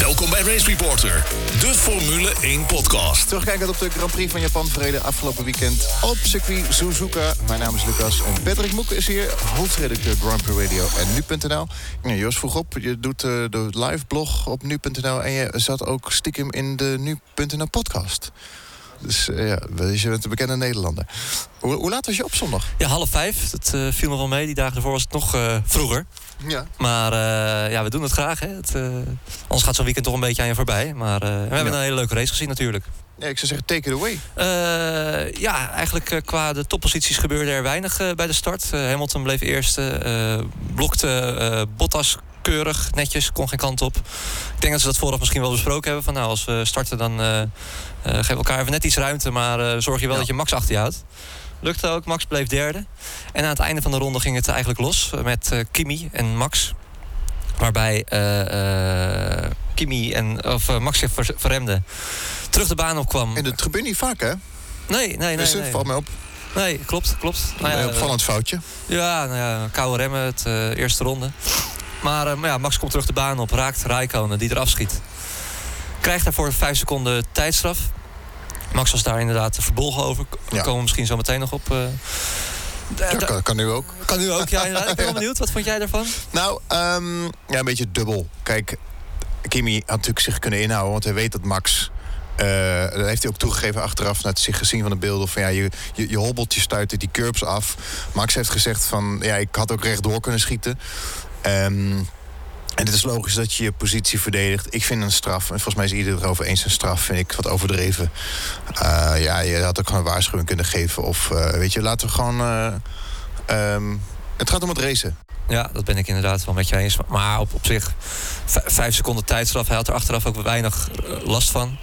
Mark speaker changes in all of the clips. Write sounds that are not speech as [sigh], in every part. Speaker 1: Welkom bij Race Reporter, de Formule 1 podcast.
Speaker 2: Terugkijkend op de Grand Prix van Japan verreden afgelopen weekend op circuit Suzuka. Mijn naam is Lucas en Patrick Moek is hier, hoofdredacteur Grand Prix Radio en nu.nl. Ja, Joost vroeg op, je doet eh, de live blog op nu.nl en je zat ook stiekem in de nu.nl podcast. Dus eh, ja, dus je bent een bekende Nederlander. Hoe, hoe laat was je op zondag?
Speaker 3: Ja, half vijf. Dat eh, viel me wel mee. Die dagen ervoor was het nog eh, vroeger.
Speaker 2: Ja.
Speaker 3: Maar eh, ja, we doen het graag. Hè. Het, eh, anders gaat zo'n weekend toch een beetje aan je voorbij. Maar eh, we hebben
Speaker 2: Ja.
Speaker 3: een hele leuke race gezien natuurlijk.
Speaker 2: ik zou zeggen, take it away.
Speaker 3: Eh, ja, eigenlijk eh, qua de topposities gebeurde er weinig eh, bij de start. Eh, Hamilton bleef eerste, eh, blokte eh, Bottas keurig, netjes, kon geen kant op. Ik denk dat ze dat vooraf misschien wel besproken hebben. Van nou, als we starten dan eh, eh, geef elkaar even net iets ruimte, maar eh, zorg je wel
Speaker 2: Ja.
Speaker 3: dat je Max achter je houdt. Lukte ook, Max bleef derde. En aan het einde van de ronde ging het eigenlijk los eh, met eh, Kimi en Max. Waarbij eh, eh, Kimi en, of, eh, Max zich ver- verremde. Terug de baan opkwam.
Speaker 2: En dat gebeurt niet vaak, hè?
Speaker 3: Nee, nee, nee.
Speaker 2: dus het
Speaker 3: nee.
Speaker 2: valt mij op.
Speaker 3: Nee, klopt, klopt. Nou
Speaker 2: Een
Speaker 3: ja,
Speaker 2: opvallend foutje.
Speaker 3: ja, nou ja, koude remmen, het eh, eerste ronde. Maar eh, maar ja, Max komt terug de baan op, raakt Raikkonen, die eraf schiet. Krijgt daarvoor vijf seconden tijdstraf. Max was daar inderdaad verbolgen over. K-
Speaker 2: Ja.
Speaker 3: Komen we misschien zo meteen nog op. eh. Da-
Speaker 2: Ja,
Speaker 3: da-
Speaker 2: kan, kan nu ook.
Speaker 3: kan nu ook, ja, inderdaad.
Speaker 2: [laughs]
Speaker 3: Ik ben wel benieuwd, wat vond jij daarvan?
Speaker 2: Nou, ehm, ja, een beetje dubbel. Kijk, Kimi had natuurlijk zich kunnen inhouden, want hij weet dat Max. eh, dat heeft hij ook toegegeven achteraf, na het zich gezien van de beelden. Van ja, je, je, je hobbelt, je stuit die curbs af. Max heeft gezegd van ja, ik had ook rechtdoor kunnen schieten. Ehm, en het is logisch dat je je positie verdedigt. Ik vind een straf, en volgens mij is iedereen het erover eens, een straf vind ik wat overdreven. Eh, ja, je had ook gewoon een waarschuwing kunnen geven. Of eh, weet je, laten we gewoon. eh, ehm, het gaat om het racen.
Speaker 3: Ja, dat ben ik inderdaad wel met je eens. Maar op, op zich, v- vijf seconden tijdstraf. Hij had er achteraf ook weinig eh, last van.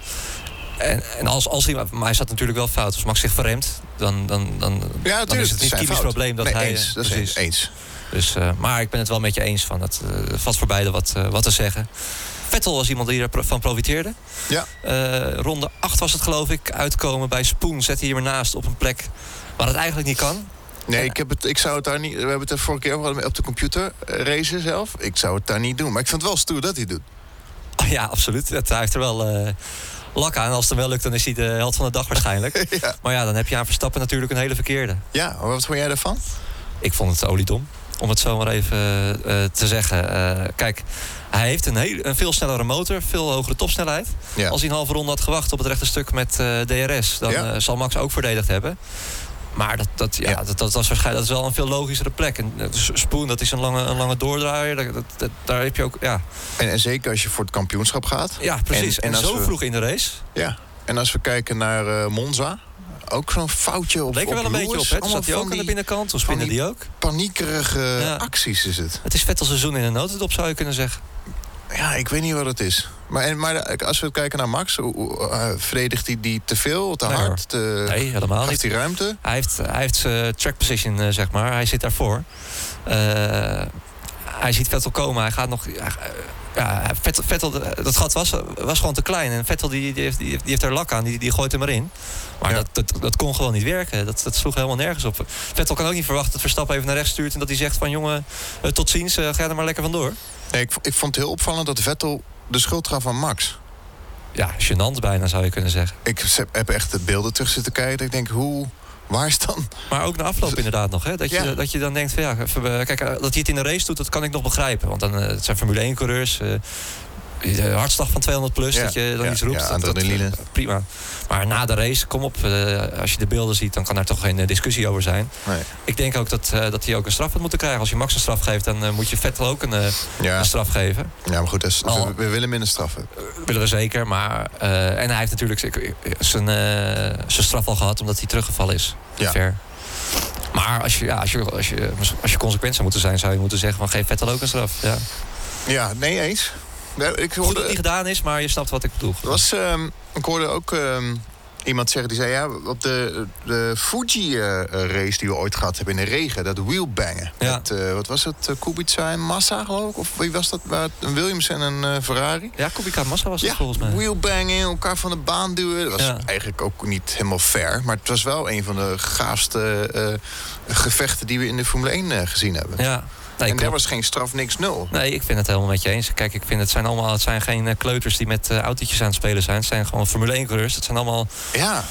Speaker 3: En, en als, als hij, maar hij zat natuurlijk wel fout. Als Max zich verremt, dan, dan, dan,
Speaker 2: Ja,
Speaker 3: Dan is het niet
Speaker 2: zijn
Speaker 3: Kimi's
Speaker 2: fout.
Speaker 3: probleem dat
Speaker 2: nee,
Speaker 3: hij,
Speaker 2: Eens,
Speaker 3: eh,
Speaker 2: dat is
Speaker 3: precies.
Speaker 2: eens. eens.
Speaker 3: Dus, eh, maar ik ben het wel met je eens van. Het eh, valt voor beide wat, eh, wat te zeggen. Vettel was iemand die ervan profiteerde.
Speaker 2: Ja.
Speaker 3: Eh, ronde 8 was het geloof ik. Uitkomen bij Spoon. Zette hij hem ernaast op een plek waar het eigenlijk niet kan.
Speaker 2: Nee, ik, heb het, ik zou het daar niet. We hebben het de vorige keer ook al op de computer eh, racen zelf. Ik zou het daar niet doen. Maar ik vind het wel stoer dat hij het doet.
Speaker 3: Oh, [laughs] ja, absoluut. Dat, hij heeft er wel eh, lak aan. Als het hem wel lukt, dan is hij de held van de dag waarschijnlijk.
Speaker 2: [laughs] ja.
Speaker 3: maar ja, dan heb je aan Verstappen natuurlijk een hele verkeerde.
Speaker 2: ja, maar wat vond jij daarvan?
Speaker 3: Ik vond het oliedom. Om het zo maar even eh, te zeggen. Eh, kijk, hij heeft een, heel, een veel snellere motor, veel hogere topsnelheid.
Speaker 2: Ja.
Speaker 3: Als hij een halve ronde had gewacht op het rechte stuk met eh, DRS, dan
Speaker 2: Ja.
Speaker 3: eh, zal Max ook verdedigd hebben. Maar dat, dat, ja,
Speaker 2: Ja.
Speaker 3: Dat, dat, was waarschijnlijk, dat is wel een veel logischere plek. En eh, S- Spoon, dat is een lange, een lange doordraaier. Dat, dat- dat- daar heb je ook. Ja,
Speaker 2: En, en zeker als je voor het kampioenschap gaat.
Speaker 3: ja precies.
Speaker 2: en
Speaker 3: En,
Speaker 2: als
Speaker 3: zo
Speaker 2: we-
Speaker 3: vroeg in de race.
Speaker 2: Ja. En als we kijken naar eh, Monza. Ook zo'n foutje op.
Speaker 3: Leek er wel een
Speaker 2: op
Speaker 3: beetje op.
Speaker 2: Lewis.
Speaker 3: Hè? Toen
Speaker 2: Allemaal
Speaker 3: zat hij
Speaker 2: van
Speaker 3: ook aan de
Speaker 2: die
Speaker 3: binnenkant. Of
Speaker 2: van
Speaker 3: spinnen die, ook.
Speaker 2: paniekerige
Speaker 3: Ja.
Speaker 2: acties is het.
Speaker 3: Het is vet als seizoen in een notendop, zou je kunnen zeggen.
Speaker 2: Ja, ik weet niet wat het is. Maar, en, maar eh, als we kijken naar Max, hoe- hoe, eh, verdedigt hij die te veel, te
Speaker 3: Nee, hoor.
Speaker 2: hard? Te,
Speaker 3: Nee, helemaal niet.
Speaker 2: geeft hij ruimte?
Speaker 3: Hij heeft, eh, hij heeft zijn track position, eh, zeg maar. Hij zit daarvoor. Eh, hij ziet Vettel komen. Hij gaat nog... ja, eh, Ja, Vettel, Vettel, eh, dat gat was, was gewoon te klein. En Vettel die, die, heeft, die, heeft- die heeft er lak aan. Die, die gooit hem erin. Maar
Speaker 2: Ja.
Speaker 3: dat, dat, dat kon gewoon niet werken. Dat, dat sloeg helemaal nergens op. Vettel kan ook niet verwachten dat Verstappen even naar rechts stuurt... en dat hij zegt van jongen, eh, tot ziens, eh, ga er maar lekker vandoor.
Speaker 2: Nee, ik, v- ik vond het heel opvallend dat Vettel de schuld gaf aan Max.
Speaker 3: Ja, gênant bijna zou je kunnen zeggen.
Speaker 2: Ik z- heb echt de beelden terug zitten kijken. Ik denk, hoe, waar is dan?
Speaker 3: Maar ook na afloop inderdaad nog. Hè? Dat, je,
Speaker 2: Dus- Ja.
Speaker 3: dat je dan denkt van ja, even, eh, kijk, eh, dat hij het in de race doet, dat kan ik nog begrijpen. Want dan eh, het zijn Formule 1 coureurs. eh, de hartslag van 200 plus,
Speaker 2: Ja,
Speaker 3: dat je dan
Speaker 2: ja,
Speaker 3: iets roept.
Speaker 2: ja,
Speaker 3: dat- dat-
Speaker 2: adrenaline.
Speaker 3: prima. Maar na de race, kom op, eh, als je de beelden ziet, dan kan daar toch geen eh, discussie over zijn.
Speaker 2: Nee.
Speaker 3: Ik denk ook dat, eh, dat hij ook een straf had moeten krijgen. Als je Max een straf geeft, dan eh, moet je Vettel ook een, eh,
Speaker 2: Ja,
Speaker 3: een straf geven.
Speaker 2: ja maar goed, dat is-
Speaker 3: Oh.
Speaker 2: we, we willen minder straffen.
Speaker 3: Willen we zeker, maar... eh, en hij heeft natuurlijk z- zijn, eh, zijn straf al gehad omdat hij teruggevallen is.
Speaker 2: Ja.
Speaker 3: Ver. Maar als je, ja, als, je, als, je, als je consequent zou moeten zijn, zou je moeten zeggen van geef Vettel ook een straf. Ja.
Speaker 2: Ja, nee eens. Nee, ik
Speaker 3: Goed dat het
Speaker 2: hoorde,
Speaker 3: niet gedaan is, maar je snapt wat ik bedoel.
Speaker 2: er eh, was, ehm, ik hoorde ook ehm, iemand zeggen, die zei... ja, op de, de Fuji-race die we ooit gehad hebben in de regen, dat wheelbangen.
Speaker 3: Ja.
Speaker 2: Dat, eh, wat was het, eh, Kubica en Massa geloof ik? Of wie was dat? Waar- Een Williams en een eh, Ferrari?
Speaker 3: Ja, Kubica Massa was het
Speaker 2: Ja,
Speaker 3: volgens mij.
Speaker 2: wheelbangen, elkaar van de baan duwen. Dat was
Speaker 3: Ja.
Speaker 2: eigenlijk ook niet helemaal fair. Maar het was wel een van de gaafste eh, gevechten die we in de Formule 1 eh, gezien hebben.
Speaker 3: Ja.
Speaker 2: en
Speaker 3: klopt.
Speaker 2: daar was geen straf, niks nul.
Speaker 3: Nee, ik vind het helemaal met je eens. Kijk, ik vind het zijn allemaal het zijn geen eh, kleuters die met eh, autootjes aan het spelen zijn. Het zijn gewoon Formule 1 coureurs. Het zijn allemaal
Speaker 2: Ja,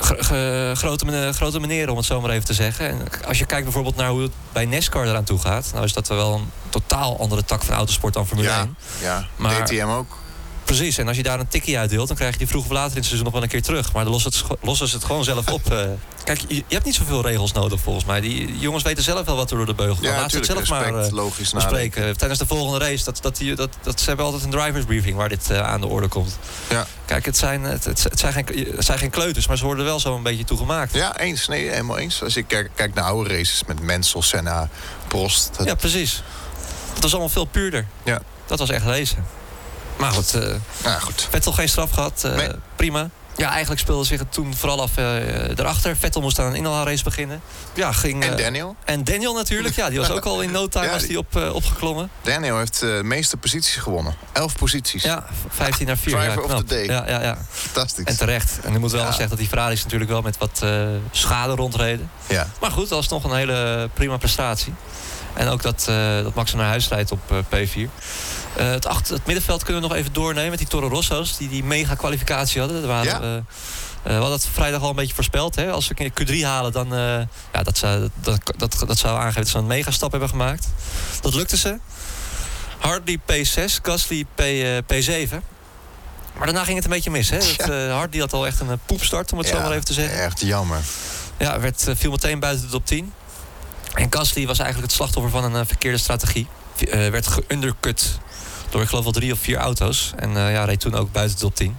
Speaker 3: gr- gr- grote, men- grote meneren, om het zo maar even te zeggen. En k- als je kijkt bijvoorbeeld naar hoe het bij NASCAR eraan toe gaat, nou is dat wel een totaal andere tak van autosport dan Formule
Speaker 2: Ja.
Speaker 3: 1.
Speaker 2: ja.
Speaker 3: Maar-
Speaker 2: DTM ook.
Speaker 3: Precies, en als je daar een tikkie uitdeelt, dan krijg je die vroeg of later in het seizoen nog wel een keer terug. Maar dan lossen het scho- lossen ze het gewoon zelf
Speaker 2: [laughs]
Speaker 3: op. eh. Kijk, je, je hebt niet zoveel regels nodig volgens mij. Die jongens weten zelf wel wat er door de beugel gaat.
Speaker 2: Ja,
Speaker 3: Laat ze het
Speaker 2: natuurlijk.
Speaker 3: zelf
Speaker 2: Respect,
Speaker 3: maar eh,
Speaker 2: logisch nadenken.
Speaker 3: bespreken. Tijdens de volgende race, dat, dat, die- dat, dat, ze hebben altijd een drivers briefing waar dit eh, aan de orde komt.
Speaker 2: Ja.
Speaker 3: Kijk, het zijn, het, het- het zijn geen, het zijn geen kleuters, maar ze worden er wel zo een beetje toegemaakt.
Speaker 2: Ja, eens. Nee, helemaal eens. Als ik kijk, kijk naar oude races met Mensel, Senna, Prost. dat-
Speaker 3: Ja, precies. Het was allemaal veel puurder.
Speaker 2: Ja.
Speaker 3: Dat was echt lezen. Maar goed, eh
Speaker 2: Nou goed.
Speaker 3: Vettel geen straf gehad. eh,
Speaker 2: Nee.
Speaker 3: Prima. Ja, eigenlijk speelde zich het toen vooral af eh erachter. Vettel moest aan een inhaalrace beginnen. Ja, ging, eh,
Speaker 2: En Daniel?
Speaker 3: en Daniel natuurlijk. Ja, die
Speaker 2: [laughs]
Speaker 3: was ook al in no time
Speaker 2: Ja,
Speaker 3: was die op, eh, opgeklommen.
Speaker 2: Daniel heeft eh, de meeste posities gewonnen. Elf posities.
Speaker 3: Ja, 15 naar 4. ja,
Speaker 2: Driver of
Speaker 3: knap.
Speaker 2: the day.
Speaker 3: Ja, ja, ja.
Speaker 2: Fantastisch.
Speaker 3: En terecht. En nu moet wel
Speaker 2: Ja.
Speaker 3: eens zeggen dat die Ferraris natuurlijk wel met wat eh, schade rondreden.
Speaker 2: ja.
Speaker 3: Maar goed, dat is nog een hele prima prestatie. En ook dat, eh, dat Max hem naar huis rijdt op eh, P4. Eh, het, achter, het middenveld kunnen we nog even doornemen met die Toro Rosso's. Die die mega kwalificatie hadden. Dat waren,
Speaker 2: Ja.
Speaker 3: eh, eh, we hadden dat vrijdag al een beetje voorspeld. Hè? Als ze Q3 halen, dan eh, ja, dat, zou, dat, dat, dat zou aangeven dat ze een mega stap hebben gemaakt. Dat lukte ze. Hardy P6, Gasly P, eh, P7. Maar daarna ging het een beetje mis. Hè? Dat, eh, Hardy had al echt een eh, poepstart, om het zo
Speaker 2: Ja,
Speaker 3: maar even te zeggen.
Speaker 2: Echt jammer.
Speaker 3: Ja, werd, eh, viel meteen buiten de top 10. En Gasly was eigenlijk het slachtoffer van een eh, verkeerde strategie. V- eh, werd geundercut door ik geloof wel drie of vier auto's. En eh, ja, reed toen ook buiten de top 10.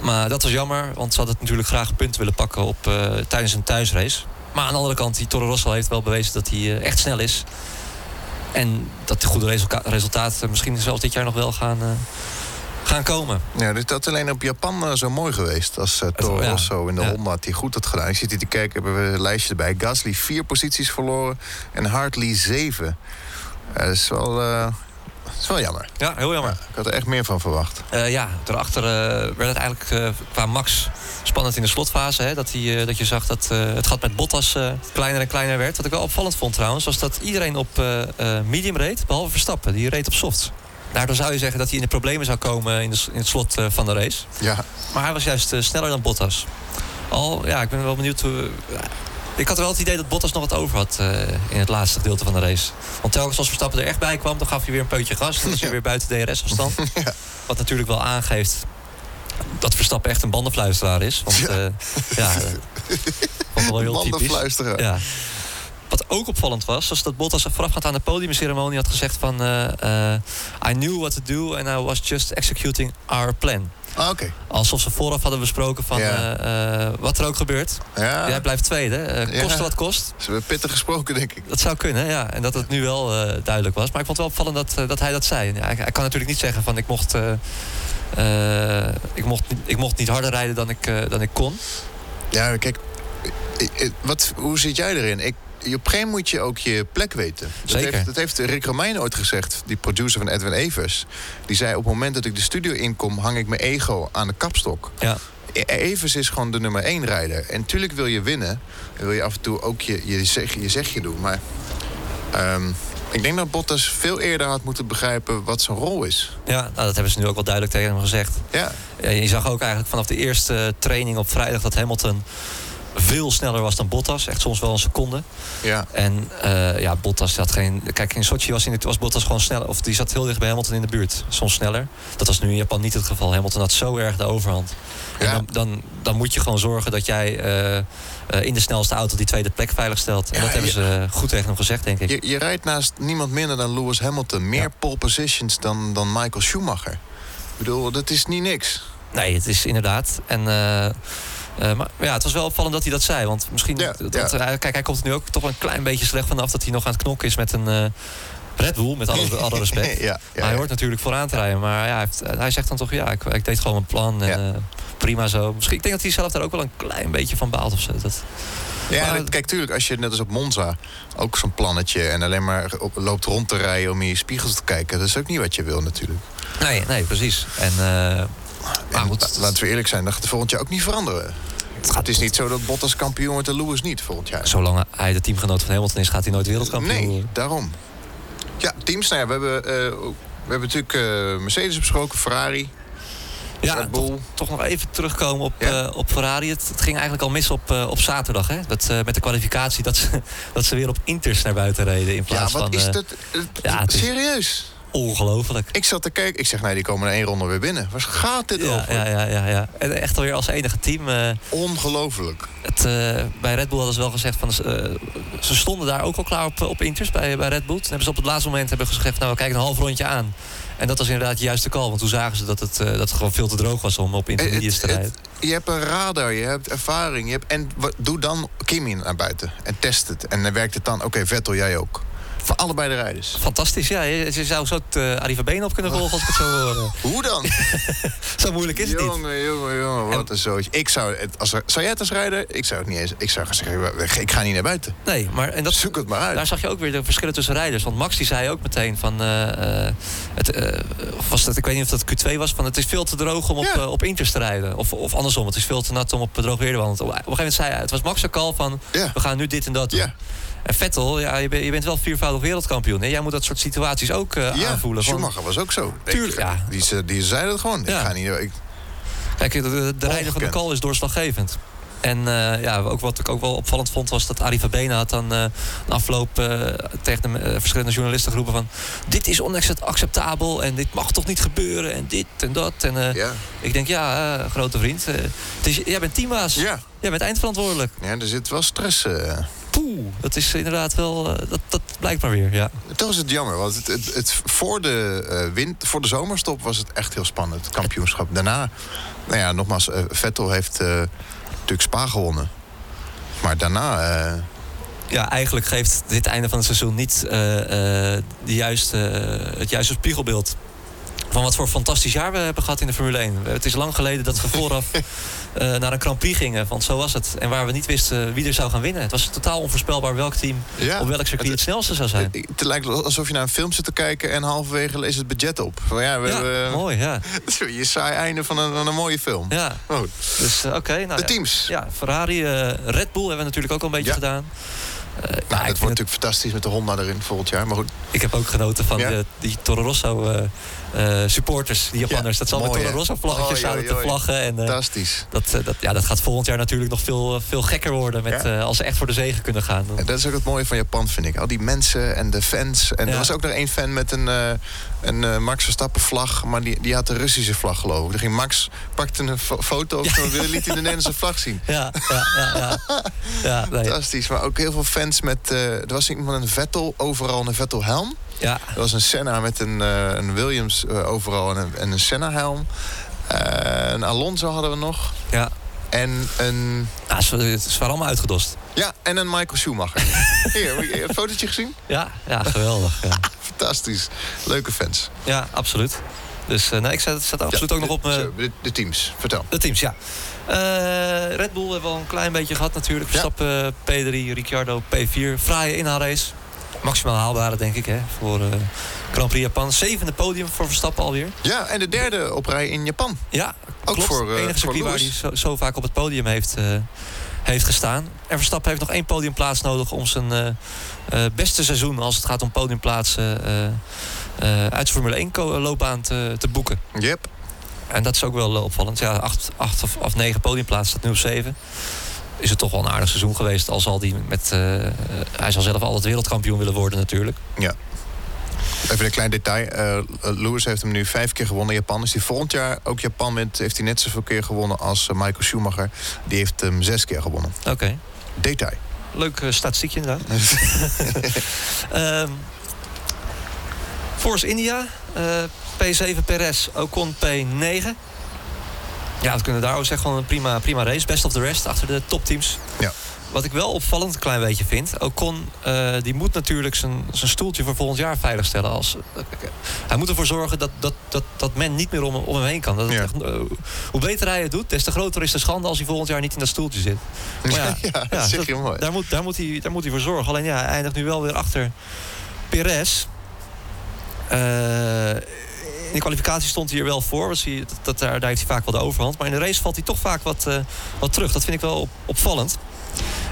Speaker 3: Maar dat was jammer, want ze hadden het natuurlijk graag punten willen pakken op, eh, tijdens een thuisrace. Maar aan de andere kant, die Toro Rosso heeft wel bewezen dat hij eh, echt snel is. En dat de goede resulka- resultaten misschien zelfs dit jaar nog wel gaan, eh, gaan komen.
Speaker 2: Ja, dus dat alleen op Japan eh, zo mooi geweest. Als eh Toro
Speaker 3: ja.
Speaker 2: Rosso in de
Speaker 3: Ja.
Speaker 2: Honda had hij goed had gedaan. Ik zit hier te kijken, hebben we een lijstje erbij. Gasly vier posities verloren en Hartley zeven. Eh, dat, is wel, eh, dat is wel jammer.
Speaker 3: Ja, heel jammer.
Speaker 2: Ik had er echt meer van verwacht.
Speaker 3: Eh, ja, daarachter eh, werd het eigenlijk eh, qua Max spannend in de slotfase. Hè, dat, hij, eh, dat je zag dat eh, het gat met Bottas eh, kleiner en kleiner werd. Wat ik wel opvallend vond trouwens, was dat iedereen op eh, eh, medium reed, behalve Verstappen. Die reed op soft. Daardoor zou je zeggen dat hij in de problemen zou komen in, de, s- in het slot eh, van de race.
Speaker 2: Ja,
Speaker 3: Maar hij was juist eh, sneller dan Bottas. Al, ja, ik ben wel benieuwd hoe... eh, Ik had wel het idee dat Bottas nog wat over had eh, in het laatste gedeelte van de race. Want telkens als Verstappen er echt bij kwam, dan gaf hij weer een peutje gas. Dan was hij weer buiten DRS-afstand. Wat natuurlijk wel aangeeft dat Verstappen echt een bandenfluisteraar is. Want eh, ja, eh, vond ik wel heel
Speaker 2: landen
Speaker 3: typisch.
Speaker 2: fluisteren.
Speaker 3: Ja. Wat ook opvallend was, was dat Bottas voorafgaand aan de podiumceremonie had gezegd van... eh, eh, I knew what to do and I was just executing our plan.
Speaker 2: Ah, Oké.
Speaker 3: Alsof ze vooraf hadden besproken van
Speaker 2: Ja.
Speaker 3: eh, eh, wat er ook gebeurt.
Speaker 2: Ja,
Speaker 3: Jij blijft tweede. eh, kost
Speaker 2: Ja.
Speaker 3: wat kost.
Speaker 2: ze hebben pittig gesproken, denk ik.
Speaker 3: Dat zou kunnen, ja. En dat het nu wel eh, duidelijk was. Maar ik vond het wel opvallend dat, eh, dat hij dat zei. Ja, hij, hij kan natuurlijk niet zeggen van ik mocht, eh, eh, ik mocht, niet- ik mocht niet harder rijden dan ik, eh, dan ik kon.
Speaker 2: Ja, kijk, ik- ik- wat, hoe zit jij erin? Ik, op een gegeven moment moet je ook je plek weten. Dat
Speaker 3: Zeker.
Speaker 2: heeft, dat heeft Rick Romein ooit gezegd, die producer van Edwin Evers. Die zei, op het moment dat ik de studio inkom... hang ik mijn ego aan de kapstok.
Speaker 3: Ja.
Speaker 2: E- Evers is gewoon de nummer één rijder. En tuurlijk wil je winnen. En wil je af en toe ook je, je, zeg, je zegje doen. Maar ehm, ik denk dat Bottas veel eerder had moeten begrijpen... wat zijn rol is.
Speaker 3: Ja, nou, dat hebben ze nu ook wel duidelijk tegen hem gezegd.
Speaker 2: Ja,
Speaker 3: Ja, je zag ook eigenlijk vanaf de eerste training op vrijdag dat Hamilton veel sneller was dan Bottas. Echt soms wel een seconde.
Speaker 2: ja.
Speaker 3: En eh, ja, Bottas had geen. Kijk, in Sochi was, in het, was Bottas gewoon sneller. Of die zat heel dicht bij Hamilton in de buurt. Soms sneller. Dat was nu in Japan niet het geval. Hamilton had zo erg de overhand.
Speaker 2: Ja.
Speaker 3: En dan, dan, dan moet je gewoon zorgen dat jij eh, eh, in de snelste auto die tweede plek veilig stelt. En
Speaker 2: Ja,
Speaker 3: dat hebben
Speaker 2: ja.
Speaker 3: ze eh, goed tegen hem gezegd, denk ik.
Speaker 2: Je, je rijdt naast niemand minder dan Lewis Hamilton. Meer
Speaker 3: Ja.
Speaker 2: pole positions dan, dan Michael Schumacher. Ik bedoel, dat is niet niks.
Speaker 3: Nee, het is inderdaad. En, eh, eh, maar ja, het was wel opvallend dat hij dat zei. Want misschien.
Speaker 2: Ja,
Speaker 3: dat, eh, kijk, hij komt er nu ook toch wel een klein beetje slecht vanaf dat hij nog aan het knokken is met een eh, Red Bull. Met alle, alle respect.
Speaker 2: [laughs] ja, ja,
Speaker 3: Maar hij hoort natuurlijk vooraan te rijden. Maar ja, hij, heeft- hij zegt dan toch, ja, ik, ik deed gewoon mijn plan. En,
Speaker 2: Ja.
Speaker 3: eh, prima zo. Misschien, ik denk dat hij zelf daar ook wel een klein beetje van baalt of zo. Dat,
Speaker 2: ja,
Speaker 3: maar-
Speaker 2: dat- kijk, tuurlijk, als je net als op Monza ook zo'n plannetje... en alleen maar op- loopt rond te rijden om in je spiegels te kijken... dat is ook niet wat je wil natuurlijk.
Speaker 3: nee, nee, precies. En, eh, maar
Speaker 2: En
Speaker 3: goed,
Speaker 2: la- laten we eerlijk zijn, dat gaat het volgend jaar ook niet veranderen.
Speaker 3: gaat-
Speaker 2: Het is niet zo dat Bottas kampioen wordt en Lewis niet volgend jaar.
Speaker 3: zolang hij de teamgenoot van Hamilton is, gaat hij nooit wereldkampioen
Speaker 2: Nee,
Speaker 3: worden.
Speaker 2: daarom. Ja, teams. Nou ja, we hebben, eh, we hebben natuurlijk eh, Mercedes besproken, Ferrari.
Speaker 3: Dus Ja,
Speaker 2: Red Bull.
Speaker 3: toch, toch nog even terugkomen op,
Speaker 2: Ja.
Speaker 3: eh, op Ferrari. Het, het ging eigenlijk al mis op, eh, op zaterdag. Hè? Dat, eh, met de kwalificatie dat ze, [laughs] dat ze weer op inters naar buiten reden. In
Speaker 2: Ja,
Speaker 3: plaats
Speaker 2: wat
Speaker 3: van
Speaker 2: is
Speaker 3: eh,
Speaker 2: dat? eh,
Speaker 3: ja, het is-
Speaker 2: serieus?
Speaker 3: ongelooflijk.
Speaker 2: Ik zat te kijken. Ik zeg, nee, die komen na één ronde weer binnen. Waar gaat dit
Speaker 3: Ja,
Speaker 2: over?
Speaker 3: ja, ja, ja, ja. En echt alweer als enige team. eh,
Speaker 2: Ongelooflijk.
Speaker 3: het, eh, bij Red Bull hadden ze wel gezegd van eh, ze stonden daar ook al klaar op, op inters bij, bij Red Bull. Toen hebben ze op het laatste moment hebben gezegd, nou we kijken een half rondje aan. En dat was inderdaad juist de call, want toen zagen ze dat het, eh, dat het gewoon veel te droog was om op
Speaker 2: Eh, Het-
Speaker 3: intermediates te
Speaker 2: het-
Speaker 3: rijden.
Speaker 2: Je hebt een radar, je hebt ervaring. Je hebt, en wat- doe dan Kimi naar buiten en test het. En dan werkt het dan. Oké, Vettel, jij ook. Voor allebei de rijders.
Speaker 3: Fantastisch, ja. Je, je zou zo het eh, Arriva Been
Speaker 2: [laughs]
Speaker 3: op kunnen volgen als ik het zo hoor. eh.
Speaker 2: Hoe
Speaker 3: [laughs]
Speaker 2: dan?
Speaker 3: Zo moeilijk is het niet.
Speaker 2: jongen, jongen, jongen, wat een zootje. Ik zou, het, als, zou jij het als rijder? Ik zou het niet eens. Ik zou gaan zeggen, ik ga niet naar buiten.
Speaker 3: Nee, maar en dat,
Speaker 2: Zoek het maar uit.
Speaker 3: daar zag je ook weer de verschillen tussen rijders. Want Max die zei ook meteen van... eh, eh, het, eh, of was dat, ik weet niet of dat Q2 was, van het is veel te droog om op,
Speaker 2: Ja.
Speaker 3: eh, op Inters te rijden. Of, of andersom, het is veel te nat om op eh, droog weer te wandelen. Op een gegeven moment zei hij, het was Max ook al van...
Speaker 2: Ja.
Speaker 3: we gaan nu dit en dat doen.
Speaker 2: Ja,
Speaker 3: En Vettel, ja, je, bent- je bent wel viervoudig wereldkampioen. Hè? Jij moet dat soort situaties ook eh,
Speaker 2: ja.
Speaker 3: aanvoelen. van-
Speaker 2: Schumacher was ook zo. Ik-
Speaker 3: Tuurlijk, ja.
Speaker 2: Die, ze- die zei dat gewoon.
Speaker 3: Ja.
Speaker 2: Ik ga niet ik-
Speaker 3: Kijk, de, de, de rijder van de
Speaker 2: Ongekend.
Speaker 3: call is doorslaggevend. En eh, ja, ook wat ik ook wel opvallend vond was dat Arie Verbena had dan eh na afloop eh, tegen de eh, verschillende journalisten geroepen van dit is onacceptabel en dit mag toch niet gebeuren en dit en dat. En eh,
Speaker 2: Ja.
Speaker 3: ik denk ja, eh, grote vriend, eh, het is, jij bent teambaas,
Speaker 2: Ja.
Speaker 3: jij bent eindverantwoordelijk.
Speaker 2: ja, er zit wel stress. eh.
Speaker 3: Poeh, dat is inderdaad wel, eh, dat, dat blijkt maar weer, ja.
Speaker 2: Toch is het jammer, want het, het, het- voor, de, eh, wind, voor de zomerstop was het echt heel spannend, het kampioenschap. Daarna, nou ja, nogmaals, eh, Vettel heeft eh, natuurlijk Spa gewonnen. Maar daarna, eh,
Speaker 3: Ja, eigenlijk geeft dit einde van het seizoen niet eh, eh, de juiste, eh, het juiste spiegelbeeld. Van wat voor fantastisch jaar we hebben gehad in de Formule 1. Het is lang geleden dat we
Speaker 2: [laughs]
Speaker 3: vooraf eh, naar een Grand Prix gingen. Want zo was het. En waar we niet wisten wie er zou gaan winnen. Het was totaal onvoorspelbaar welk team
Speaker 2: ja,
Speaker 3: op welk circuit het snelste zou zijn.
Speaker 2: Eh, het, het lijkt wel alsof je naar een film zit te kijken en halverwege leest het budget op. Van ja, we
Speaker 3: Ja,
Speaker 2: hebben eh,
Speaker 3: mooi.
Speaker 2: [laughs]
Speaker 3: Ja.
Speaker 2: je saai einde van een, van een mooie film.
Speaker 3: ja.
Speaker 2: Maar goed,
Speaker 3: Dus eh, oké. nou,
Speaker 2: Oh. de
Speaker 3: ja.
Speaker 2: teams.
Speaker 3: ja, Ferrari, eh, Red Bull hebben we natuurlijk ook al een beetje
Speaker 2: Ja.
Speaker 3: gedaan. Eh,
Speaker 2: Nou,
Speaker 3: ja, ik vind
Speaker 2: dat wordt
Speaker 3: het-
Speaker 2: natuurlijk fantastisch met de Honda erin volgend jaar. Maar goed,
Speaker 3: Ik heb ook genoten van
Speaker 2: Ja.
Speaker 3: de, die Toro Rosso eh, eh, supporters, die
Speaker 2: Ja,
Speaker 3: Japanners. dat ze al met
Speaker 2: mooi,
Speaker 3: Toro
Speaker 2: hè?
Speaker 3: Rosso
Speaker 2: Oei,
Speaker 3: vlaggetjes
Speaker 2: oei,
Speaker 3: zouden te
Speaker 2: oei.
Speaker 3: vlaggen. En, eh,
Speaker 2: fantastisch.
Speaker 3: dat, eh, dat, ja, dat gaat volgend jaar natuurlijk nog veel, eh, veel gekker worden met,
Speaker 2: Ja.
Speaker 3: eh, als ze echt voor de zegen kunnen gaan. Dan-
Speaker 2: En dat is ook het mooie van Japan, vind ik. Al die mensen en de fans. En
Speaker 3: Ja.
Speaker 2: er was ook nog één fan met een, eh, een eh, Max Verstappen vlag. Maar die, die had de Russische vlag, geloof ik. Er ging Max, pakte een fo- foto of zo, en liet hij de Nederlandse vlag zien.
Speaker 3: Ja, ja, ja. ja, ja, nee,
Speaker 2: Fantastisch. Maar ook heel veel fans met... eh, er was iemand met een Vettel, overal een Vettel-helm.
Speaker 3: ja.
Speaker 2: Er was een Senna met een, eh, een Williams eh, overal en een, en een Senna-helm. Eh, een Alonso hadden we nog.
Speaker 3: ja.
Speaker 2: En een...
Speaker 3: Nou, ze, het is wel allemaal uitgedost.
Speaker 2: Ja, en een Michael
Speaker 3: [laughs]
Speaker 2: Schumacher. Hier, heb je een fotootje gezien?
Speaker 3: Ja, ja geweldig. Ja,
Speaker 2: Fantastisch. Leuke fans.
Speaker 3: ja absoluut. Dus eh, nee, ik zet, het staat absoluut
Speaker 2: Ja,
Speaker 3: ook nog
Speaker 2: de-
Speaker 3: op eh, mijn
Speaker 2: zo, de, de teams, vertel.
Speaker 3: De teams, ja. Eh, Red Bull hebben we al een klein beetje gehad
Speaker 2: Ja.
Speaker 3: natuurlijk. Verstappen, P3, Ricciardo, P4. Fraaie inhaalrace. Maximaal haalbare, denk ik, hè, voor eh, Grand Prix Japan. Zevende podium voor Verstappen alweer.
Speaker 2: Ja, en de derde op rij in Japan.
Speaker 3: Ja,
Speaker 2: Ook
Speaker 3: klopt.
Speaker 2: voor, eh,
Speaker 3: enige
Speaker 2: voor
Speaker 3: circuit waar hij
Speaker 2: Lewis.
Speaker 3: zo, zo vaak op het podium heeft, eh, heeft gestaan. En Verstappen heeft nog één podiumplaats nodig om zijn eh, eh, beste seizoen... als het gaat om podiumplaatsen eh eh, uit zijn Formule 1-loopbaan te, te boeken.
Speaker 2: Yep.
Speaker 3: En dat is ook wel eh, opvallend. Ja, acht, acht of, of negen podiumplaatsen, staat nu op zeven. Is het toch wel een aardig seizoen geweest. Al zal die met, eh, eh, hij zal zelf altijd wereldkampioen willen worden natuurlijk.
Speaker 2: Even een klein detail. Eh, Lewis heeft hem nu vijf keer gewonnen in Japan. Als hij volgend jaar ook Japan wint, heeft hij net zoveel keer gewonnen als eh, Michael Schumacher. Die heeft hem zes keer gewonnen.
Speaker 3: Oké.
Speaker 2: Detail.
Speaker 3: Leuk eh,
Speaker 2: [laughs]
Speaker 3: statistiekje inderdaad. Ehm, Force India, eh, P7 Perez, Ocon P9. Ja, we kunnen daar ook zeggen, gewoon een prima, prima race. Best of the rest, achter de topteams.
Speaker 2: Ja.
Speaker 3: Wat ik wel opvallend een klein beetje vind... Ocon eh, die moet natuurlijk zijn, zijn stoeltje voor volgend jaar veiligstellen. Als, eh, hij moet ervoor zorgen dat, dat, dat, dat men niet meer om, om hem heen kan. Dat het
Speaker 2: Ja.
Speaker 3: echt, eh, hoe beter hij het doet, des te groter is de schande... als hij volgend jaar niet in dat stoeltje zit. Maar Oh
Speaker 2: [laughs]
Speaker 3: ja,
Speaker 2: dat
Speaker 3: ja,
Speaker 2: zeg je mooi.
Speaker 3: daar moet, daar, moet hij, daar moet hij voor zorgen. Alleen ja, hij eindigt nu wel weer achter Perez. Eh, in de kwalificatie stond hij er wel voor. want zie je dat, dat, daar, daar heeft hij vaak wel de overhand. Maar in de race valt hij toch vaak wat, eh, wat terug. Dat vind ik wel op- opvallend.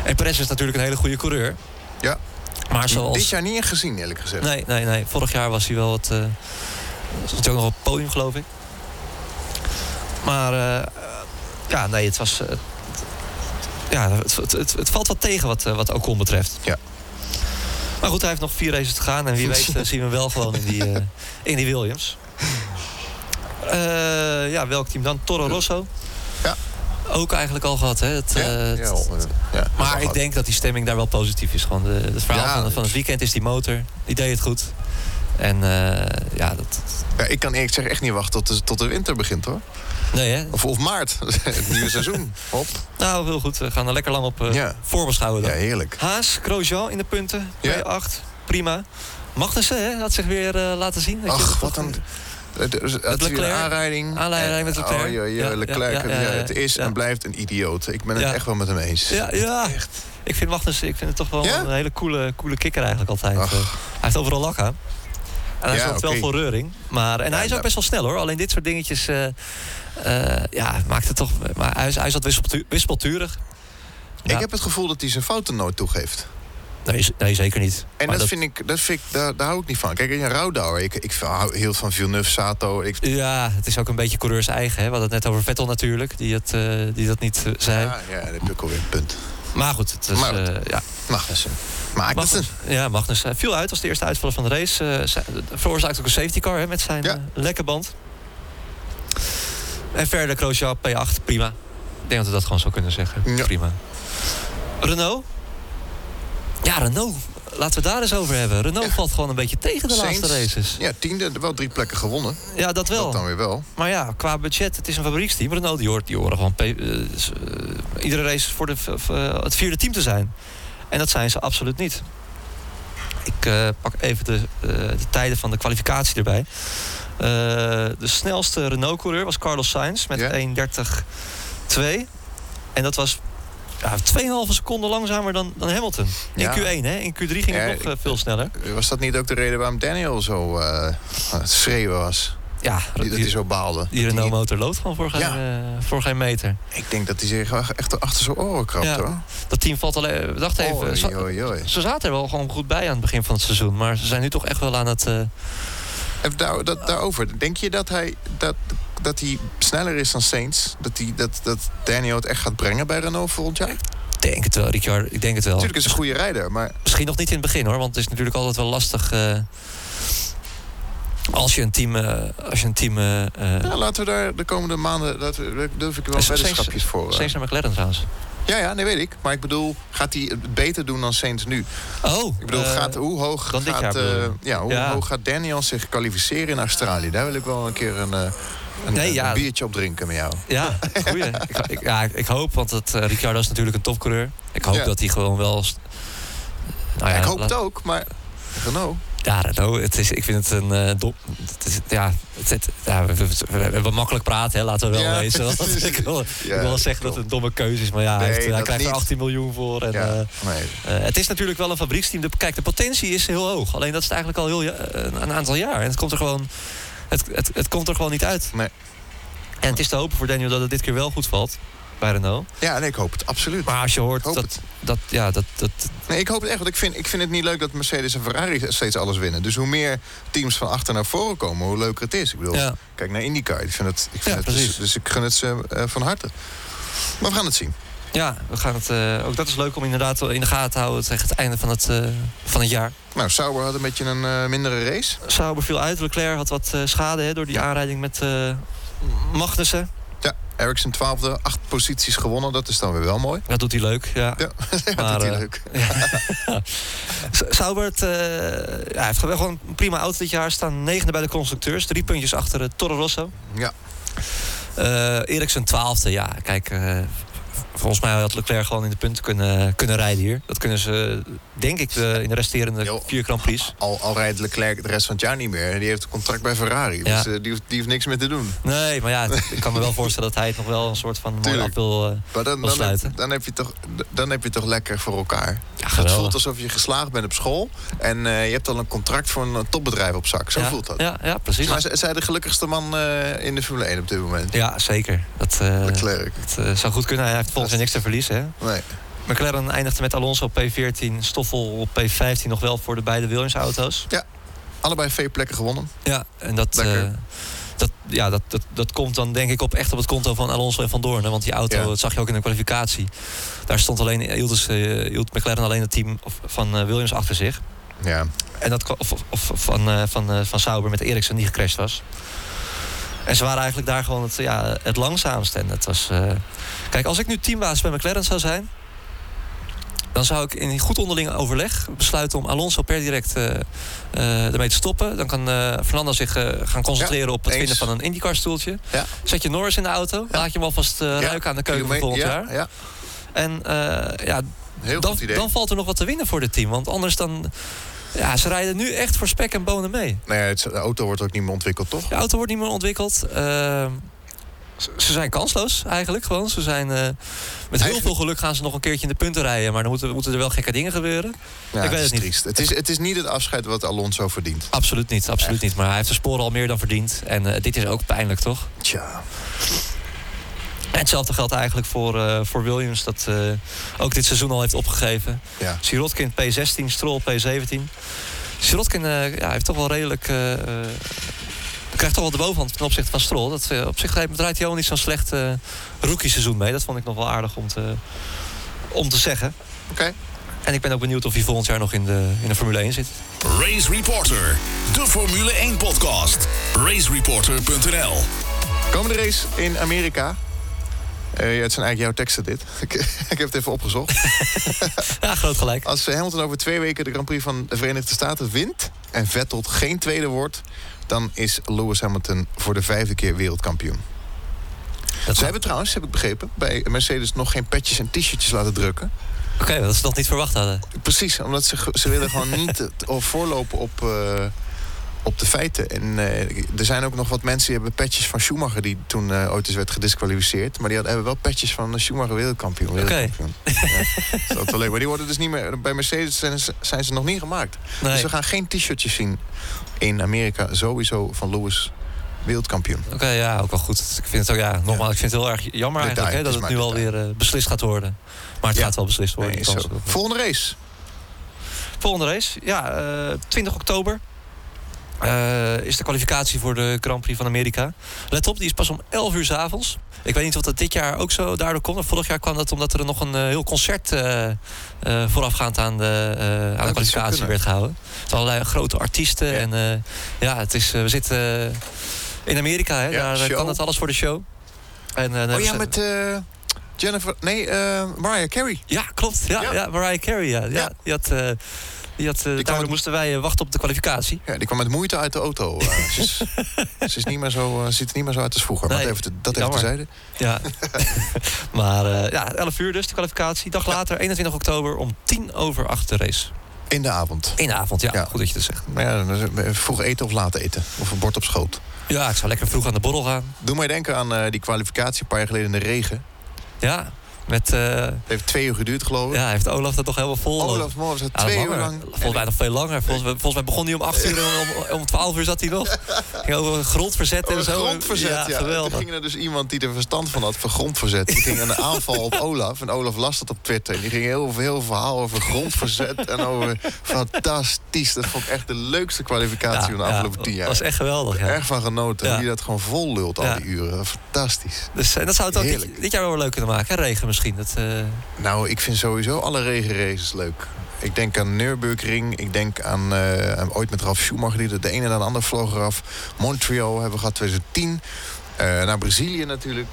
Speaker 3: En Perez is natuurlijk een hele goede coureur.
Speaker 2: Ja.
Speaker 3: Maar Maar zoals...
Speaker 2: Dit jaar niet echt gezien, eerlijk gezegd.
Speaker 3: Nee, nee, nee. Vorig jaar was hij wel wat... eh stond hij ook nog op het podium, geloof ik. Maar eh, ja, nee, het was... eh, het- ja, het, het, het, het valt wat tegen wat, eh, wat Ocon betreft.
Speaker 2: Ja.
Speaker 3: Maar goed, hij heeft nog vier races te gaan. En wie weet eh, zien we hem wel gewoon in die, eh, in die Williams. Eh, ja, welk team dan? Toro Rosso.
Speaker 2: Ja.
Speaker 3: Ook eigenlijk al gehad, hè? Het,
Speaker 2: Ja,
Speaker 3: eh, het-
Speaker 2: ja, wel, eh, ja, dat
Speaker 3: maar
Speaker 2: wel
Speaker 3: ik
Speaker 2: wat.
Speaker 3: denk dat die stemming daar wel positief is. Gewoon de, het verhaal
Speaker 2: Ja.
Speaker 3: van, van het weekend is die motor. Die deed het goed. En eh, ja, dat...
Speaker 2: Ja, ik kan eerlijk gezegd echt niet wachten tot de, tot de winter begint, hoor.
Speaker 3: Nee, hè?
Speaker 2: Of, of maart, [laughs] het nieuwe seizoen. Hop.
Speaker 3: Nou, heel goed. We gaan er lekker lang op eh,
Speaker 2: Ja.
Speaker 3: voorbeschouwen
Speaker 2: Ja,
Speaker 3: dan.
Speaker 2: heerlijk.
Speaker 3: Haas, Grosjean in de punten.
Speaker 2: Ja.
Speaker 3: P8. Prima. Magnussen, hè? Had zich weer eh, laten zien. Dat je
Speaker 2: Ach,
Speaker 3: dat
Speaker 2: wat
Speaker 3: toch-
Speaker 2: een... Het het- het- het-
Speaker 3: Leclerc.
Speaker 2: aanrijding.
Speaker 3: Aanrijding met Leclerc.
Speaker 2: Oh, joh, joh,
Speaker 3: Ja,
Speaker 2: Leclerc,
Speaker 3: ja, ja, ja,
Speaker 2: ja,
Speaker 3: ja,
Speaker 2: het is
Speaker 3: ja.
Speaker 2: en blijft een idioot. Ik ben het
Speaker 3: Ja.
Speaker 2: echt wel met hem eens.
Speaker 3: Ja, ja. Ik vind Magnussen ik vind het toch wel
Speaker 2: Ja?
Speaker 3: een hele coole, coole kikker eigenlijk altijd.
Speaker 2: Ach.
Speaker 3: Eh, hij heeft overal lak aan. En hij
Speaker 2: Ja,
Speaker 3: zorgt
Speaker 2: oké.
Speaker 3: wel voor reuring. Maar, en
Speaker 2: Ja,
Speaker 3: hij is
Speaker 2: nou-
Speaker 3: ook best wel snel hoor. Alleen dit soort dingetjes eh, eh, ja, maakt het toch... Maar hij, is- hij zat wispelturig. Ja.
Speaker 2: Ik heb het gevoel dat hij zijn fouten nooit toegeeft.
Speaker 3: Nee, z- nee, zeker niet.
Speaker 2: En
Speaker 3: Maar
Speaker 2: dat, vind ik, dat vind ik, daar, daar hou ik niet van. Kijk, een rouwdouwer. Ik, ik hou heel van Villeneuve, Sato. Ik,
Speaker 3: Ja, het is ook een beetje coureurs eigen. Hè? We hadden het net over Vettel natuurlijk, die, het, eh, die dat niet eh, zei.
Speaker 2: Ah, ja, ja, dat heb ik alweer een punt. Nou,
Speaker 3: Maar goed, het is,
Speaker 2: Maar goed.
Speaker 3: eh, ja,
Speaker 2: Magnussen. Magnussen.
Speaker 3: Ja, Magnussen viel uit als de eerste uitvaller van de race. Eh, ze- veroorzaakt ook een safety car hè, met zijn
Speaker 2: Ja.
Speaker 3: eh, lekke band. En verder Grosjean P8, prima. Ik denk dat we dat gewoon zo kunnen zeggen.
Speaker 2: Ja.
Speaker 3: Prima. Renault? Ja, Renault. Laten we daar eens over hebben. Renault valt gewoon een beetje tegen de
Speaker 2: Sainz.
Speaker 3: laatste races.
Speaker 2: Ja, tiende. Wel drie plekken gewonnen.
Speaker 3: Ja, dat wel.
Speaker 2: Dat dan weer wel.
Speaker 3: Maar ja, qua budget, het is een fabrieksteam. Renault, die, hoort, die horen gewoon pe- eh, s- eh, iedere race voor de, v- v- eh, het vierde team te zijn. En dat zijn ze absoluut niet. Ik eh, pak even de, eh, de tijden van de kwalificatie erbij. Eh, de snelste Renault-coureur was Carlos Sainz met
Speaker 2: Ja.
Speaker 3: 1.30.2. En dat was ja, 2,5 seconden langzamer dan, dan Hamilton. In
Speaker 2: Ja.
Speaker 3: Q1, hè? In Q3 ging
Speaker 2: Ja,
Speaker 3: het nog eh, veel sneller.
Speaker 2: Was dat niet ook de reden waarom Daniel zo eh, aan het schreeuwen was?
Speaker 3: Ja,
Speaker 2: Die, dat hij
Speaker 3: die,
Speaker 2: zo baalde.
Speaker 3: die
Speaker 2: Dat hij-
Speaker 3: Renault-motor loopt gewoon voor geen, eh, voor geen meter.
Speaker 2: ik denk dat hij zich wel echt achter zijn oren krapt,
Speaker 3: Ja.
Speaker 2: hoor.
Speaker 3: Dat team valt alleen. We dachten even.
Speaker 2: Oei,
Speaker 3: ze-
Speaker 2: oei, oei.
Speaker 3: Ze zaten er wel gewoon goed bij aan het begin van het seizoen. Maar ze zijn nu toch echt wel aan het. eh,
Speaker 2: Even daar, dat, daarover. Denk je dat hij, dat, dat hij sneller is dan Saints? Dat, hij, dat, dat Daniel het echt gaat brengen bij Renault volgend jaar?
Speaker 3: Ik denk het wel, Ricard. Ik denk het wel.
Speaker 2: Natuurlijk is hij een goede rijder, maar
Speaker 3: Misschien nog niet in het begin hoor. Want het is natuurlijk altijd wel lastig. eh, als je een team. eh, als je een team. eh, eh,
Speaker 2: ja, laten we daar de komende maanden... Dat, daar durf ik wel
Speaker 3: Is-
Speaker 2: weddenschapjes voor. eh.
Speaker 3: Sainz naar McLaren trouwens.
Speaker 2: Ja, ja, nee, weet ik. Maar ik bedoel, gaat hij het beter doen dan Saints nu?
Speaker 3: Oh!
Speaker 2: Ik bedoel,
Speaker 3: eh,
Speaker 2: gaat, hoe, hoog
Speaker 3: dan dit
Speaker 2: gaat,
Speaker 3: jaar bedoel je?
Speaker 2: eh, ja, hoe
Speaker 3: Ja.
Speaker 2: hoog gaat Daniel zich kwalificeren in Australië? Daar wil ik wel een keer een, eh, een,
Speaker 3: Nee,
Speaker 2: een
Speaker 3: ja.
Speaker 2: biertje op drinken met jou.
Speaker 3: Ja, goeie. ik, ik- ja, ik, ik hoop, want het, eh, Ricciardo is natuurlijk een topcoureur. Ik hoop
Speaker 2: Ja.
Speaker 3: dat hij gewoon wel. st- Nou
Speaker 2: ik hoop
Speaker 3: laat-
Speaker 2: het ook, maar Renault...
Speaker 3: Ja, Renault, het is, ik vind het een eh dom. Het is, ja, het, het- ja, we, we- we hebben makkelijk praten, hè, laten we wel
Speaker 2: Ja.
Speaker 3: wezen.
Speaker 2: [laughs]
Speaker 3: Want ik wil, ik
Speaker 2: Ja,
Speaker 3: wil wel zeggen dat het een domme keuze is, maar ja, hij,
Speaker 2: Nee,
Speaker 3: heeft, eh, hij
Speaker 2: dat
Speaker 3: krijgt er
Speaker 2: niet.
Speaker 3: 18 miljoen voor. En,
Speaker 2: Ja,
Speaker 3: eh,
Speaker 2: nee.
Speaker 3: eh, het is natuurlijk wel een fabrieksteam. De, kijk, de potentie is heel hoog. Alleen dat is het eigenlijk al heel, ja- eh, een, een aantal jaar. En het komt er gewoon, het, het, het komt er gewoon niet uit.
Speaker 2: Nee.
Speaker 3: En het is te hopen voor Daniel dat het dit keer wel goed valt bij Renault.
Speaker 2: ja nee, ik hoop het, absoluut.
Speaker 3: Maar als je hoort
Speaker 2: Ik hoop
Speaker 3: dat,
Speaker 2: het.
Speaker 3: dat, ja, dat, dat,
Speaker 2: Nee, ik hoop het echt, want ik vind, ik vind het niet leuk dat Mercedes en Ferrari steeds alles winnen. Dus hoe meer teams van achter naar voren komen, hoe leuker het is. Ik bedoel,
Speaker 3: ja.
Speaker 2: kijk naar IndyCar. Ik vind het, ik
Speaker 3: Ja,
Speaker 2: vind het, dus,
Speaker 3: precies.
Speaker 2: dus ik gun het ze eh, van harte. Maar we gaan het zien.
Speaker 3: Ja, we gaan het, eh, ook dat is leuk om inderdaad in de gaten te houden tegen het einde van het, eh, van het jaar.
Speaker 2: Nou, Sauber had een beetje een eh, mindere race.
Speaker 3: Sauber viel uit, Leclerc had wat eh, schade hè, door die
Speaker 2: Ja.
Speaker 3: aanrijding met eh, Magnussen.
Speaker 2: Ericsson twaalfde, acht posities gewonnen. Dat is dan weer wel mooi.
Speaker 3: Dat doet hij leuk, ja. [laughs]
Speaker 2: Ja, dat
Speaker 3: Maar,
Speaker 2: doet hij
Speaker 3: eh,
Speaker 2: leuk.
Speaker 3: S- Sauber het, eh, ja, heeft wel gewoon een prima auto dit jaar. Staan negende bij de constructeurs, drie puntjes achter eh, Toro Rosso.
Speaker 2: Ja.
Speaker 3: Eh Eriksen twaalfde, ja, kijk... eh, v- Volgens mij had Leclerc gewoon in de punten kunnen, kunnen rijden hier. Dat kunnen ze, denk ik, de- in de resterende
Speaker 2: Jo.
Speaker 3: vier Grand Prix.
Speaker 2: Al, al rijdt Leclerc de rest van het jaar niet meer. Die heeft een contract bij Ferrari.
Speaker 3: Ja.
Speaker 2: Dus eh, die, hoeft, die heeft niks meer te doen.
Speaker 3: Nee, maar ja, het- ik kan me wel voorstellen dat hij het nog wel een soort van mooi
Speaker 2: Tuurlijk.
Speaker 3: af wil... eh,
Speaker 2: Maar dan,
Speaker 3: Wel
Speaker 2: dan, heb,
Speaker 3: sluiten.
Speaker 2: dan, heb je toch, dan heb je toch lekker voor elkaar.
Speaker 3: ja,
Speaker 2: Het
Speaker 3: geweldig.
Speaker 2: voelt alsof je geslaagd bent op school. En eh, je hebt al een contract voor een eh, topbedrijf op zak. Zo
Speaker 3: ja,
Speaker 2: voelt dat.
Speaker 3: Ja, ja precies.
Speaker 2: Maar zij- zij de gelukkigste man eh, in de Formule 1 op dit moment.
Speaker 3: ja, zeker. Dat, eh,
Speaker 2: Leclerc.
Speaker 3: dat, eh, zou goed kunnen. Hij heeft volgens mij niks te verliezen. Hè?
Speaker 2: Nee.
Speaker 3: McLaren eindigde met Alonso op P14, Stoffel op P15 nog wel voor de beide Williams-auto's.
Speaker 2: Allebei veel plekken gewonnen.
Speaker 3: Ja, en dat,
Speaker 2: Lekker.
Speaker 3: eh, dat, ja, dat, dat, dat komt dan denk ik op, echt op het konto van Alonso en Van Doorn. hè, Want die auto,
Speaker 2: Ja.
Speaker 3: dat zag je ook in de kwalificatie. Daar stond alleen, hield, dus, eh, hield McLaren alleen het team of- van eh, Williams achter zich.
Speaker 2: Ja.
Speaker 3: En dat, kwa- of, of- of van, eh, van, eh, van Sauber met Eriksen die gecrashed was. En ze waren eigenlijk daar gewoon het, ja, het langzaamst. En het was, eh, Kijk, als ik nu teambaas bij McLaren zou zijn... dan zou ik in goed onderling overleg besluiten om Alonso per direct eh, eh, ermee te stoppen. Dan kan eh Fernando zich eh, gaan concentreren op het
Speaker 2: eens.
Speaker 3: vinden van een IndyCar-stoeltje.
Speaker 2: Ja.
Speaker 3: Zet je Norris in de auto, laat je hem alvast eh,
Speaker 2: Ja,
Speaker 3: ruiken aan de keuken van
Speaker 2: Kilometer-
Speaker 3: volgend
Speaker 2: ja, ja,
Speaker 3: jaar. En eh, ja,
Speaker 2: heel
Speaker 3: dan,
Speaker 2: goed idee.
Speaker 3: dan valt er nog wat te winnen voor dit team. Want anders dan... Ja, ze rijden nu echt voor spek en bonen mee.
Speaker 2: Nee, het, de auto wordt ook niet meer ontwikkeld, toch?
Speaker 3: De auto wordt niet meer ontwikkeld. Ehm, ze- ze zijn kansloos eigenlijk gewoon. Ze zijn, eh, met heel
Speaker 2: Eigenlijk-
Speaker 3: veel geluk gaan ze nog een keertje in de punten rijden. Maar dan moeten, moeten er wel gekke dingen gebeuren.
Speaker 2: Ja,
Speaker 3: Ik weet
Speaker 2: is
Speaker 3: het niet.
Speaker 2: triest. Het is, het is niet het afscheid wat Alonso verdient.
Speaker 3: Absoluut niet, absoluut niet. Maar hij heeft de sporen al meer dan verdiend. En eh, dit is ook pijnlijk, toch?
Speaker 2: Tja.
Speaker 3: En hetzelfde geldt eigenlijk voor, eh, voor Williams, dat eh, ook dit seizoen al heeft opgegeven.
Speaker 2: Ja.
Speaker 3: Sirotkin P16, Stroll P17. Sirotkin eh, ja, heeft toch wel redelijk. eh, eh, krijgt toch wel de bovenhand ten opzichte van Stroll. Dat, eh, op zich draait draait hij al niet zo'n slecht eh rookie seizoen mee. Dat vond ik nog wel aardig om te, om te zeggen.
Speaker 2: Oké.
Speaker 3: En ik ben ook benieuwd of hij volgend jaar nog in de, in de Formule 1 zit.
Speaker 1: Race Reporter, de Formule 1 podcast. Racereporter.nl.
Speaker 2: Komende race in Amerika. Eh, ja, het zijn eigenlijk jouw teksten dit. [laughs] ik, ik heb het even opgezocht.
Speaker 3: Ja, groot gelijk.
Speaker 2: Als Hamilton over twee weken de Grand Prix van de Verenigde Staten wint... en Vettel geen tweede wordt... dan is Lewis Hamilton voor de vijfde keer wereldkampioen.
Speaker 3: Dat
Speaker 2: Ze hebben trouwens, heb ik begrepen... bij Mercedes nog geen petjes en t-shirtjes laten drukken.
Speaker 3: Oké, dat ze dat niet verwacht hadden.
Speaker 2: Precies, omdat ze, ge- ze willen gewoon niet het- of voorlopen op, eh, op de feiten. En eh, er zijn ook nog wat mensen die hebben patches van Schumacher... die toen eh, ooit eens werd gedisqualificeerd. Maar die hadden, hebben wel patches van de Schumacher wereldkampioen. wereldkampioen. Ja, dat is altijd leuk. Maar die worden dus niet meer... Bij Mercedes zijn ze, zijn ze nog niet gemaakt. Dus
Speaker 3: Nee,
Speaker 2: we
Speaker 3: oké,
Speaker 2: gaan geen t-shirtjes zien in Amerika. Sowieso van Lewis wereldkampioen.
Speaker 3: ja, ook wel goed. Ik vind het ook, ja, nogmaals, ik vind het heel erg jammer
Speaker 2: Detail, dus
Speaker 3: eigenlijk hè,
Speaker 2: het
Speaker 3: dat
Speaker 2: is
Speaker 3: het
Speaker 2: maar
Speaker 3: nu alweer eh, beslist gaat worden. Maar het
Speaker 2: Ja.
Speaker 3: gaat wel beslist worden.
Speaker 2: Nee,
Speaker 3: die
Speaker 2: is
Speaker 3: kans
Speaker 2: zo.
Speaker 3: is ook-
Speaker 2: Volgende race.
Speaker 3: Volgende race, ja, eh, 20 oktober. eh, is de kwalificatie voor de Grand Prix van Amerika. Let op, die is pas om 11 uur 's avonds. Ik weet niet of dat dit jaar ook zo daardoor komt. Vorig jaar kwam dat omdat er nog een eh, heel concert eh, eh, voorafgaand aan de, eh, aan
Speaker 2: zou
Speaker 3: de kwalificatie
Speaker 2: kunnen.
Speaker 3: werd gehouden. Met allerlei grote artiesten.
Speaker 2: Ja.
Speaker 3: En eh, ja, het is, eh, we zitten eh, in Amerika, hè.
Speaker 2: Ja,
Speaker 3: daar eh,
Speaker 2: show.
Speaker 3: kan dat alles voor de show. En, eh, dan
Speaker 2: Oh
Speaker 3: hebben
Speaker 2: ja,
Speaker 3: ze-
Speaker 2: met eh, Jennifer... Nee, eh Mariah Carey.
Speaker 3: ja, klopt. Ja,
Speaker 2: Ja.
Speaker 3: ja. Mariah Carey, ja. ja.
Speaker 2: Ja.
Speaker 3: Die had, eh, die had, eh, daardoor
Speaker 2: met-
Speaker 3: moesten wij eh, wachten op de kwalificatie.
Speaker 2: Ja, die kwam met moeite uit de auto.
Speaker 3: [laughs]
Speaker 2: eh. ze, is, ze is niet meer zo, eh, ziet er niet meer zo uit als vroeger.
Speaker 3: Nee,
Speaker 2: maar dat even, te- dat even
Speaker 3: jammer.
Speaker 2: terzijde.
Speaker 3: Ja. [laughs] maar eh, ja, 11 uur dus de kwalificatie. Dag later, 21 oktober, om 10 over 8 de race.
Speaker 2: In de avond.
Speaker 3: In de avond, ja.
Speaker 2: Ja.
Speaker 3: Goed dat je dat zegt.
Speaker 2: Maar ja, dan is het eh, vroeg eten of laat eten. Of een bord op schoot.
Speaker 3: Ja, ik zou lekker vroeg aan de borrel gaan.
Speaker 2: Doe mij denken aan eh, die kwalificatie een paar jaar geleden in de regen.
Speaker 3: Ja, met... eh,
Speaker 2: Het heeft twee uur geduurd, geloof ik.
Speaker 3: ja, heeft Olaf dat toch helemaal vol?
Speaker 2: Olaf Morris had
Speaker 3: Ja,
Speaker 2: twee
Speaker 3: langer.
Speaker 2: uur lang...
Speaker 3: Volgens mij nog veel langer. Volgens, mij- volgens mij begon hij om 8 uur en om, om 12 uur zat hij
Speaker 2: [laughs]
Speaker 3: nog. Ging over grondverzet en
Speaker 2: Over
Speaker 3: zo.
Speaker 2: grondverzet, ja.
Speaker 3: geweldig.
Speaker 2: Toen ging er dus iemand die er verstand van had van grondverzet. Die ging aan de aanval
Speaker 3: [laughs]
Speaker 2: op Olaf. En Olaf las dat op Twitter. En die ging heel veel verhaal over grondverzet. En over fantastisch. Dat vond ik echt de leukste kwalificatie van de afgelopen tien jaar.
Speaker 3: was echt geweldig, ja.
Speaker 2: Erg van genoten.
Speaker 3: Ja.
Speaker 2: Hoe die dat gewoon vol lult al
Speaker 3: Ja.
Speaker 2: die uren. Fantastisch.
Speaker 3: Dus eh, dat zou het ook dit,
Speaker 2: Heerlijk.
Speaker 3: dit jaar wel weer leuk kunnen maken. hè? Regen misschien. Dat, eh,
Speaker 2: Nou, ik vind sowieso alle regenraces leuk. Ik denk aan Nürburgring. Ik denk aan eh, aan ooit met Ralf Schumacher. Die dat de ene na de ander vloog eraf. Montreal hebben we gehad 2010. Eh, naar Brazilië natuurlijk.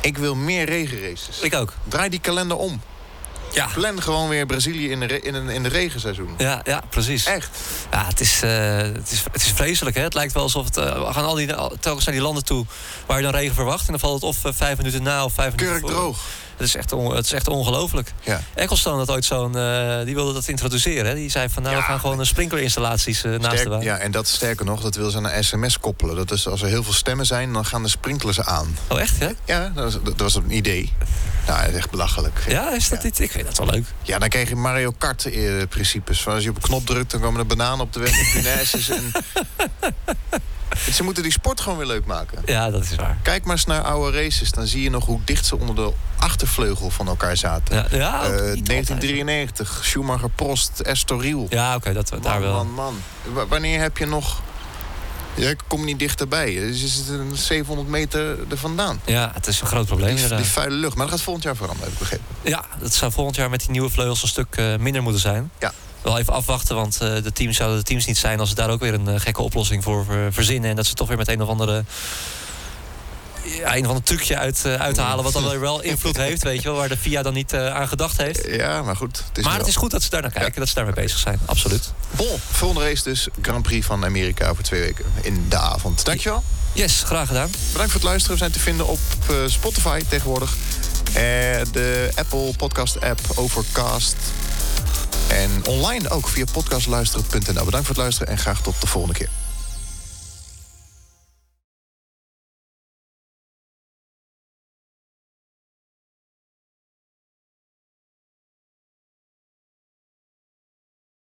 Speaker 2: Ik wil meer regenraces.
Speaker 3: ik ook.
Speaker 2: Draai die kalender om.
Speaker 3: Ja.
Speaker 2: Plan gewoon weer Brazilië in de, re- in een, in de regenseizoen.
Speaker 3: Ja, ja, precies.
Speaker 2: Echt.
Speaker 3: Ja, het is, eh, het is, het is vreselijk. Hè? Het lijkt wel alsof het, eh, we gaan al die, al- telkens naar die landen toe waar je dan regen verwacht. En dan valt het of eh, vijf minuten na of vijf
Speaker 2: Kurk
Speaker 3: minuten voor.
Speaker 2: droog.
Speaker 3: Het is echt, on, het is echt ongelooflijk.
Speaker 2: Ja.
Speaker 3: Ecclestone had ooit zo'n, eh, die wilde dat introduceren. Hè? Die zei van nou,
Speaker 2: Ja.
Speaker 3: we gaan gewoon eh, sprinklerinstallaties eh, naast de
Speaker 2: Sterk-
Speaker 3: baan.
Speaker 2: ja, en dat sterker nog, dat wil ze aan een sms koppelen. Dat is als er heel veel stemmen zijn, dan gaan de sprinklers aan.
Speaker 3: Oh echt, hè?
Speaker 2: Ja, dat was, dat was een idee. Nou, dat is echt belachelijk.
Speaker 3: Ja, is dat
Speaker 2: Ja.
Speaker 3: niet? Ik vind dat wel leuk.
Speaker 2: Ja, dan kreeg je Mario [laughs] Kart-principes. Als je op een knop drukt, dan komen er bananen op de weg en punaises. En... Ze moeten die sport gewoon weer leuk maken.
Speaker 3: Ja, dat is waar.
Speaker 2: Kijk maar eens naar oude races. Dan zie je nog hoe dicht ze onder de achtervleugel van elkaar zaten.
Speaker 3: Ja, ja,
Speaker 2: Eh,
Speaker 3: ook niet altijd.
Speaker 2: 1993, Schumacher, Prost, Estoril.
Speaker 3: Ja, oké, dat we
Speaker 2: man,
Speaker 3: daar wel.
Speaker 2: man, man. Wa- wanneer heb je nog... Ja, ik kom niet dichterbij. Dus is het een 700 meter er vandaan.
Speaker 3: Ja, het is een groot probleem.
Speaker 2: Die, die
Speaker 3: inderdaad.
Speaker 2: vuile lucht. Maar dat gaat volgend jaar veranderen, heb ik begrepen.
Speaker 3: Ja, dat zou volgend jaar met die nieuwe vleugels een stuk eh, minder moeten zijn.
Speaker 2: Ja.
Speaker 3: Wel even afwachten, want eh, de teams zouden de teams niet zijn als ze daar ook weer een eh, gekke oplossing voor ver- verzinnen. En dat ze toch weer met een of andere. Ja, een of ander trucje uit, eh, uit te halen. Wat dan weer wel invloed heeft, weet je wel. Waar de FIA dan niet eh, aan gedacht heeft.
Speaker 2: Ja, maar goed. Het is
Speaker 3: maar
Speaker 2: wel-
Speaker 3: het is goed dat ze daar naar kijken, dat ze daarmee bezig zijn. Absoluut.
Speaker 2: Bon, volgende race dus. Grand Prix van Amerika over twee weken in de avond. Dankjewel.
Speaker 3: Yes, graag gedaan.
Speaker 2: Bedankt voor het luisteren. We zijn te vinden op eh, Spotify tegenwoordig. Eh, de Apple Podcast app, Overcast. En online ook via podcastluisteren.nl. Bedankt voor het luisteren en graag tot de volgende keer.